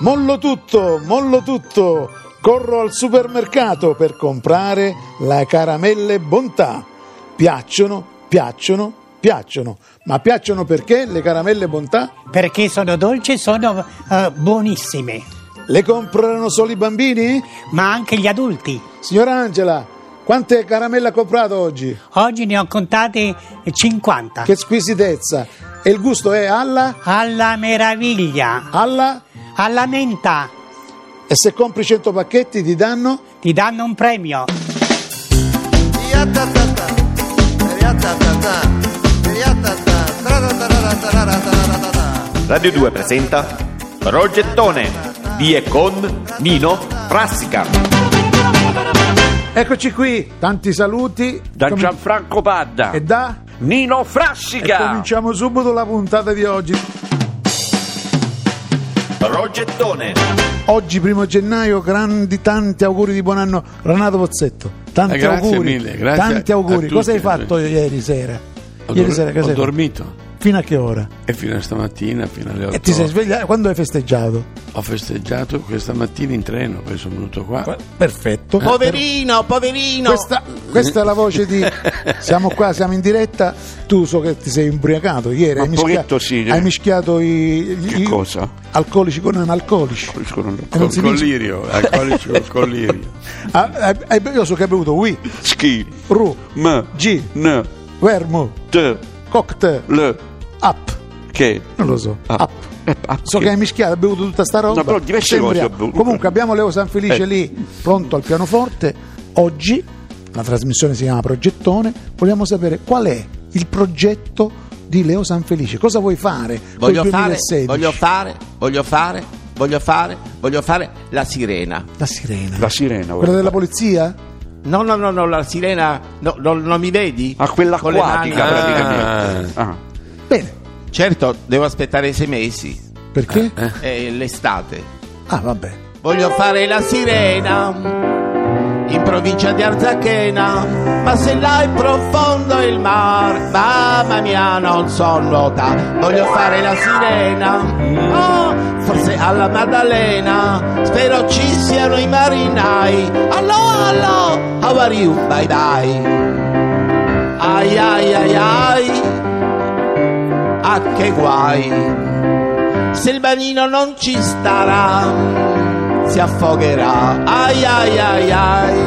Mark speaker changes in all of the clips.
Speaker 1: Mollo tutto, mollo tutto. Corro al supermercato per comprare la caramelle bontà. Piacciono, piacciono, piacciono. Ma piacciono perché le caramelle bontà?
Speaker 2: Perché sono dolci e sono eh, buonissime,
Speaker 1: Le comprano solo i bambini?
Speaker 2: ma anche gli adulti.
Speaker 1: Signora Angela, quante caramelle ha comprato oggi?
Speaker 2: Oggi ne ho contate 50.
Speaker 1: Che squisitezza! E il gusto è alla?
Speaker 2: Alla meraviglia,
Speaker 1: Alla?
Speaker 2: alla menta,
Speaker 1: E se compri 100 pacchetti ti danno?
Speaker 2: ti danno un premio.
Speaker 3: Radio 2 presenta Progettone di e con Nino Frassica.
Speaker 1: Eccoci qui, tanti saluti.
Speaker 4: da
Speaker 1: Com-
Speaker 4: Gianfranco Padda,
Speaker 1: E da?
Speaker 4: Nino
Speaker 1: E
Speaker 4: Frassica.
Speaker 1: cominciamo subito la puntata di oggi.
Speaker 3: Progettone.
Speaker 1: Oggi, primo gennaio, grandi tanti auguri di buon anno. Renato Pozzetto, tanti
Speaker 5: Eh, grazie
Speaker 1: auguri.
Speaker 5: mille, grazie
Speaker 1: tanti
Speaker 5: a- a
Speaker 1: auguri.
Speaker 5: tutti.
Speaker 1: Cosa hai fatto ieri sera?
Speaker 5: Ho,
Speaker 1: ieri
Speaker 5: dor-
Speaker 1: sera che
Speaker 5: ho
Speaker 1: sei fatto?
Speaker 5: dormito
Speaker 1: Fino a che ora?
Speaker 5: e fino a stamattina, fino alle 8.
Speaker 1: E ti sei svegliato? Quando hai festeggiato?
Speaker 5: Ho festeggiato questa mattina in treno, poi sono venuto qua.
Speaker 1: Perfetto.
Speaker 6: Eh, Poverino, poverino.
Speaker 1: Questa, questa è la voce di siamo qua, siamo in diretta. Tu so che ti sei imbriacato ieri.
Speaker 4: Ma
Speaker 1: hai, mischia-
Speaker 4: pochetto sì, eh.
Speaker 1: hai mischiato i,
Speaker 4: Che
Speaker 1: gli-
Speaker 4: cosa?
Speaker 1: alcolici con analcolici. E non
Speaker 5: Col
Speaker 1: si dice-
Speaker 5: collirio, alcolici col collirio.
Speaker 1: Ah, hai- hai- io so che hai bevuto Wi,
Speaker 4: Schi,
Speaker 1: Ru,
Speaker 4: m,
Speaker 1: G,
Speaker 4: n,
Speaker 1: Vermo,
Speaker 4: t,
Speaker 1: Cocktail,
Speaker 4: l,
Speaker 1: Up.
Speaker 4: che.
Speaker 1: Non lo so.
Speaker 4: Ah.
Speaker 1: Up.
Speaker 4: Eh, ah,
Speaker 1: So
Speaker 4: che-
Speaker 1: che hai mischiato, hai bevuto tutta sta roba.
Speaker 4: No, però diverse
Speaker 1: Sei
Speaker 4: cose ho
Speaker 1: imbriaco.
Speaker 4: bevuto.
Speaker 1: Comunque abbiamo Leo Sanfelice
Speaker 4: Eh.
Speaker 1: lì, pronto al pianoforte. Oggi la trasmissione si chiama Progettone. Vogliamo sapere qual è il progetto di Leo Sanfelice. Cosa vuoi fare col
Speaker 6: voglio fare,
Speaker 1: 2016?
Speaker 6: voglio fare, voglio fare, voglio fare, voglio fare la sirena.
Speaker 1: La sirena.
Speaker 4: La sirena.
Speaker 1: Quella
Speaker 4: guarda.
Speaker 1: della polizia?
Speaker 6: No, no, no, no, la sirena, no, no, non mi vedi?
Speaker 4: Ah, quella
Speaker 6: Con le mani.
Speaker 4: acquatica praticamente. Ah.
Speaker 1: Bene.
Speaker 6: Certo, devo aspettare sei mesi,
Speaker 4: Eh,
Speaker 1: Perché?
Speaker 6: è l'estate.
Speaker 1: Ah, vabbè.
Speaker 6: Voglio fare la sirena in provincia di Arzachena, ma se là è profondo il mar, mamma mia non so nuotare. Voglio fare la sirena, oh, forse alla Maddalena, spero ci siano i marinai. Allo, allo, how are you? Bye bye. Ai ai ai ai, ah che guai. Se il bagnino non ci starà, si affogherà. Ai ai ai ai,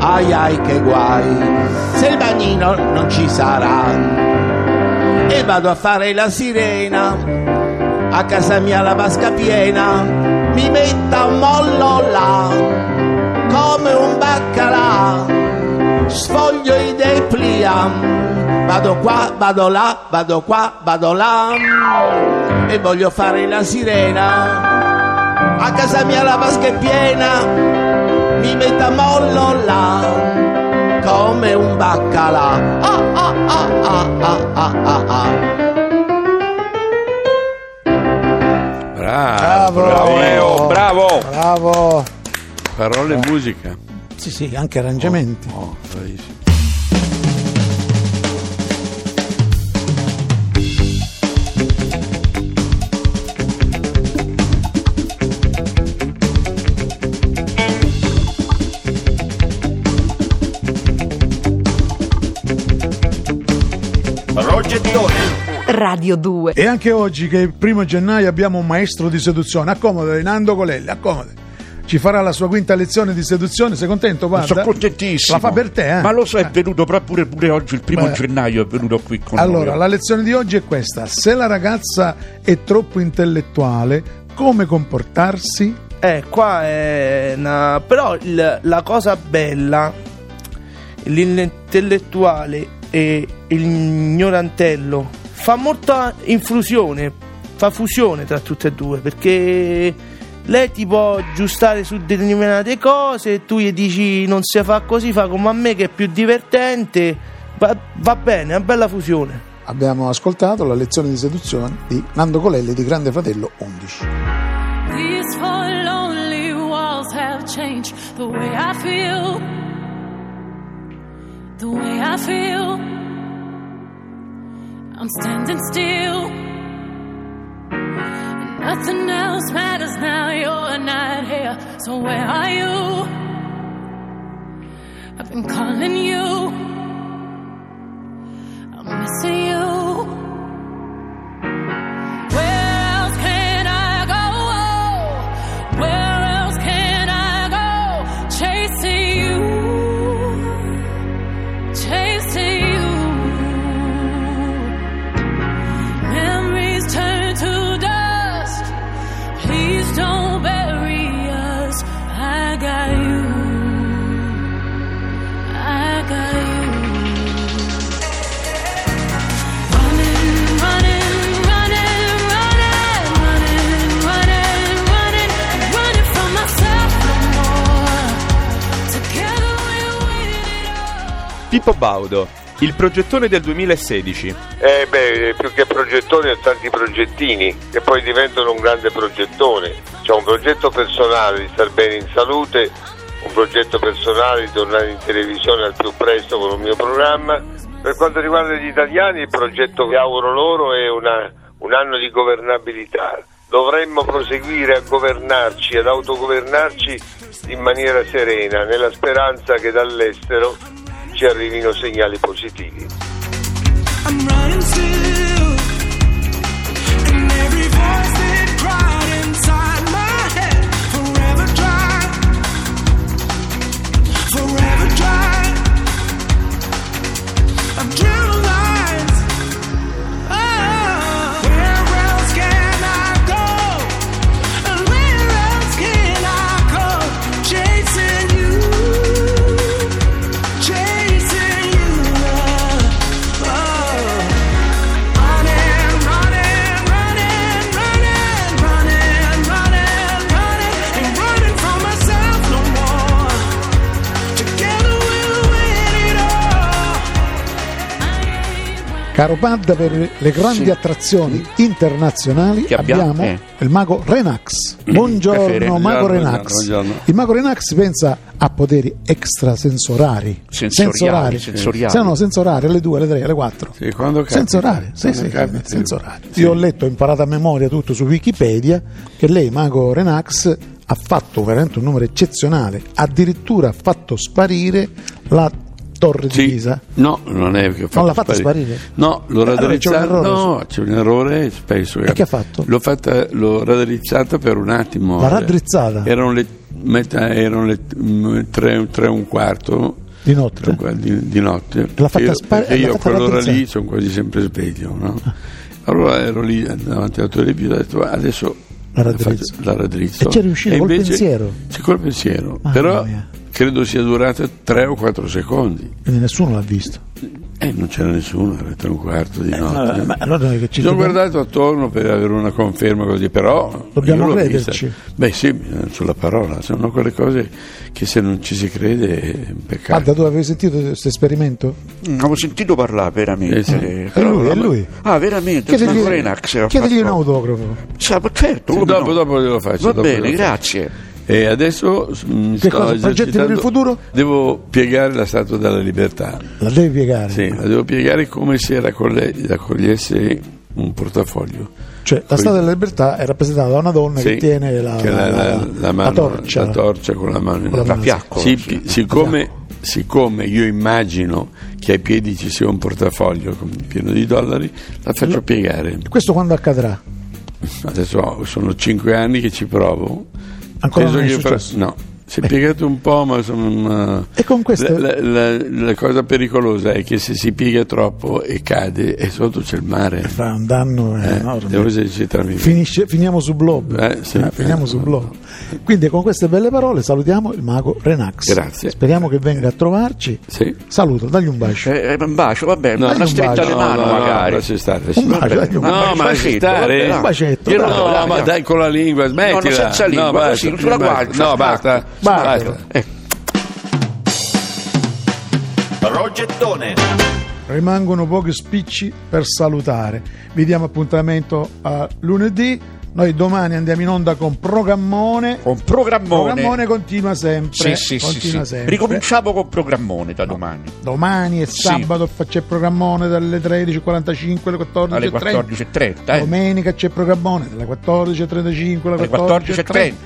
Speaker 6: ai ai che guai. Se il bagnino non ci sarà, e vado a fare la sirena. A casa mia la vasca piena, mi metta un mollo là, come un baccalà. Sfoglio i dei pliam, vado qua, vado là, vado qua, vado là e voglio fare la sirena. A casa mia la vasca è piena, mi metta mollo là, come un baccalà. Ah, ah, ah, ah, ah, ah, ah, ah.
Speaker 5: Bravo,
Speaker 4: Bravo Leo, bravo.
Speaker 1: Bravo.
Speaker 5: parole
Speaker 1: Eh.
Speaker 5: e musica.
Speaker 1: Sì, sì, anche arrangiamenti.
Speaker 5: Oh, bravissimo.
Speaker 3: Progettone.
Speaker 7: Radio 2.
Speaker 1: E anche oggi che è il primo gennaio abbiamo un maestro di seduzione. Accomodati, Nando Colelli, accomodati. Ci farà la sua quinta lezione di seduzione. Sei contento, guarda?
Speaker 8: Sono contentissimo.
Speaker 1: La fa per te, eh?
Speaker 8: Ma lo so, è venuto proprio pure, pure oggi, il primo
Speaker 1: Beh.
Speaker 8: gennaio, è venuto qui con
Speaker 1: Allora,
Speaker 8: noi.
Speaker 1: la lezione di oggi è questa. Se la ragazza è troppo intellettuale, come comportarsi?
Speaker 9: Eh, qua è una... Però il- la cosa bella, l'intellettuale e l'ignorantello fa molta infusione, fa fusione tra tutte e due, perché lei ti può aggiustare su determinate cose, e tu gli dici non si fa così, fa come a me che è più divertente, va, va bene, è una bella fusione.
Speaker 1: Abbiamo ascoltato la lezione di seduzione di Nando Colelli di Grande Fratello 11.
Speaker 10: These four lonely walls have changed the way I feel. The way I feel. I'm standing still. And Nothing else matters now, you're not here. So where are you? I've been calling you. I'm missing you. Where else can I go? Where else can I go? Chasing you, chasing you. Memories turn to dust. Please don't bury us. I got you. I got you.
Speaker 3: Pippo Baudo, il progettone del 2016.
Speaker 7: Eh beh, più che progettore ho tanti progettini che poi diventano un grande progettone. C'è un progetto personale di star bene in salute, un progetto personale di tornare in televisione al più presto con un mio programma. Per quanto riguarda gli italiani, il progetto che auguro loro è una- un anno di governabilità. Dovremmo proseguire a governarci, ad autogovernarci in maniera serena, nella speranza che dall'estero ci arrivino segnali positivi.
Speaker 10: I'm running still, and every voice that cried inside my head forever dry, forever dry. I'm dreaming lines. Oh, where else can I go? And where else can I go? Chasing you, chasing you. oh, oh.
Speaker 1: Caro Padda, per le grandi attrazioni internazionali
Speaker 4: Che abbiamo,
Speaker 1: abbiamo
Speaker 4: eh.
Speaker 1: il mago Renax.
Speaker 4: Caffè,
Speaker 1: Buongiorno, mago
Speaker 5: buongiorno,
Speaker 1: Renax.
Speaker 5: buongiorno.
Speaker 1: Il mago Renax pensa a poteri extrasensorari.
Speaker 4: Sensoriali,
Speaker 1: sensorari.
Speaker 4: sensoriali.
Speaker 1: Se no, sensorari alle 2, alle 3, alle 4.
Speaker 5: Sì, quando capita.
Speaker 1: Sensorari, sì,
Speaker 5: Quando
Speaker 1: sì,
Speaker 5: capita.
Speaker 1: sensorari. Io ho letto, ho imparato a memoria tutto su Wikipedia che lei, Mago Renax, ha fatto veramente un numero eccezionale, addirittura ha fatto sparire la torre
Speaker 5: Sì.
Speaker 1: di Pisa.
Speaker 5: No, non è che ho fatto
Speaker 1: l'ha fatta sparire?
Speaker 5: No, l'ho
Speaker 1: Allora c'è un
Speaker 5: raddrizzata.
Speaker 1: errore.
Speaker 5: no, c'è un errore spesso.
Speaker 1: E che ha fatto?
Speaker 5: L'ho, fatta, l'ho raddrizzata per un attimo.
Speaker 1: L'ha raddrizzata?
Speaker 5: Erano le, metà, erano le mm, tre, tre e un quarto.
Speaker 1: Di notte?
Speaker 5: Tre e un quarto Di, di notte.
Speaker 1: L'ha fatta
Speaker 5: Io-
Speaker 1: spar-
Speaker 5: perché
Speaker 1: l'ha
Speaker 5: io a
Speaker 1: fatta Ah.
Speaker 5: quell'ora
Speaker 1: raddrizzare.
Speaker 5: lì sono quasi sempre sveglio, no? Allora ero lì davanti alla televisione e ho detto "Ah, adesso
Speaker 1: La raddrizzo."
Speaker 5: faccio- la raddrizzo.
Speaker 1: E c'è riuscito col
Speaker 5: invece-
Speaker 1: pensiero? Ah,
Speaker 5: Sì, col pensiero.
Speaker 1: Mamma
Speaker 5: Però
Speaker 1: mia.
Speaker 5: credo sia durata tre o quattro secondi.
Speaker 1: Quindi nessuno l'ha visto.
Speaker 5: Eh, non c'era nessuno, era tre e un quarto di notte.
Speaker 1: allora- Eh, ma allora noi che ci
Speaker 5: Ci ho
Speaker 1: dobbiamo-
Speaker 5: guardato attorno per avere una conferma così, però...
Speaker 1: Dobbiamo
Speaker 5: io l'ho
Speaker 1: crederci.
Speaker 5: vista. Beh sì, eh, sulla parola, sono quelle cose che se non ci si crede è un
Speaker 1: Ah, da
Speaker 5: peccato.
Speaker 1: tu avevi sentito questo esperimento?
Speaker 4: Mm, Avevo sentito parlare veramente.
Speaker 5: Eh sì.
Speaker 4: Eh,
Speaker 1: È lui, è lui. eh,
Speaker 4: Ah, veramente?
Speaker 1: Chiedigli,
Speaker 4: Franco Renax era
Speaker 1: chiedigli un
Speaker 4: fatto-
Speaker 1: autografo.
Speaker 4: Sa, ma certo,
Speaker 5: Sì,
Speaker 4: come
Speaker 5: dopo,
Speaker 4: no?
Speaker 5: dopo glielo faccio.
Speaker 4: Va
Speaker 5: dopo
Speaker 4: bene,
Speaker 5: glielo faccio.
Speaker 4: grazie.
Speaker 5: E adesso s- mi
Speaker 1: Che
Speaker 5: sto
Speaker 1: cosa, progetti
Speaker 5: esercitando-
Speaker 1: per il futuro?
Speaker 5: Devo piegare la Statua della Libertà.
Speaker 1: La devi piegare.
Speaker 5: Sì, la devo piegare come se raccoglie- raccogliesse un portafoglio.
Speaker 1: Cioè, la Statua della Libertà è rappresentata da una donna
Speaker 5: Sì,
Speaker 1: che tiene la,
Speaker 5: che
Speaker 1: la- la- la
Speaker 5: mano-
Speaker 1: torcia.
Speaker 5: la torcia con la mano in
Speaker 1: Con la mano.
Speaker 4: fiaccola,
Speaker 5: Sì,
Speaker 4: sì.
Speaker 5: pi- siccome, siccome io immagino che ai piedi ci sia un portafoglio con- pieno di dollari, la faccio piegare.
Speaker 1: Questo quando accadrà?
Speaker 5: Adesso ho- sono cinque anni che ci provo.
Speaker 1: Ancora non è
Speaker 5: che fra-
Speaker 1: successo?
Speaker 5: No, si è piegato un po', ma sono.
Speaker 1: E con questo-
Speaker 5: La, la- la- la cosa pericolosa è che se si piega troppo e cade, e sotto c'è il mare.
Speaker 1: Fra un danno eh,
Speaker 5: Eh,
Speaker 1: no,
Speaker 5: devo esercitarmi.
Speaker 1: Finisce- finiamo su blog.
Speaker 5: Eh, sì.
Speaker 1: finiamo su blog. Quindi con queste belle parole salutiamo il mago Renax.
Speaker 5: Grazie.
Speaker 1: Speriamo che venga a trovarci.
Speaker 5: Sì.
Speaker 1: Saluto, dagli un bacio.
Speaker 4: Eh, eh, un bacio, va bene,
Speaker 5: No,
Speaker 4: una
Speaker 1: un
Speaker 4: stretta
Speaker 1: bacio.
Speaker 4: alle mano magari.
Speaker 5: lasci stare, lasci
Speaker 1: Un
Speaker 5: stare.
Speaker 1: bacio, dagli un
Speaker 5: No,
Speaker 1: bacio.
Speaker 5: ma lasci
Speaker 4: bacetto,
Speaker 5: stare.
Speaker 4: vabbè,
Speaker 1: Un bacetto,
Speaker 5: Io
Speaker 1: dai.
Speaker 5: no,
Speaker 4: Dai,
Speaker 5: ma
Speaker 4: dai.
Speaker 5: dai con la lingua, smettila.
Speaker 4: senza lingua,
Speaker 5: No,
Speaker 4: così, sulla
Speaker 5: basta.
Speaker 4: guancia,
Speaker 5: No, basta. Ecco.
Speaker 4: stacco.
Speaker 1: Basta.
Speaker 4: Eh,
Speaker 3: Progettone.
Speaker 1: Rimangono pochi spicci per salutare. Vi diamo appuntamento a eh, lunedì. Noi domani andiamo in onda con Programmone.
Speaker 5: Con programmone.
Speaker 1: Programmone continua sempre.
Speaker 5: Sì, sì, sì,
Speaker 1: continua
Speaker 5: sì.
Speaker 1: sempre.
Speaker 5: Ricominciamo con programmone da domani.
Speaker 1: Domani e
Speaker 5: Sì.
Speaker 1: sabato fa- c'è Programmone dalle 13.45 alle 14.30.
Speaker 5: Alle 14.30, eh.
Speaker 1: Domenica c'è Programmone dalle 14.35 alle
Speaker 5: Alle
Speaker 1: 14.30.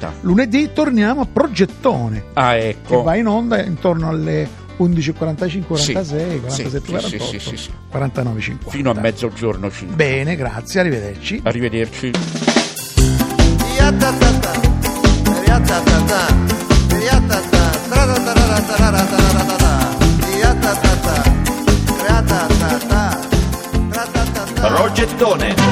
Speaker 5: 14.30.
Speaker 1: Lunedì torniamo a Progettone
Speaker 5: Ah,
Speaker 1: che
Speaker 5: ecco.
Speaker 1: va in onda intorno alle 11.45, 46,
Speaker 5: Sì.
Speaker 1: 47,
Speaker 5: Sì,
Speaker 1: 48,
Speaker 5: sì, sì, sì, sì.
Speaker 1: 49, 50.
Speaker 5: Fino a mezzogiorno 5.
Speaker 1: Bene, grazie, arrivederci.
Speaker 5: Arrivederci.
Speaker 3: Progettone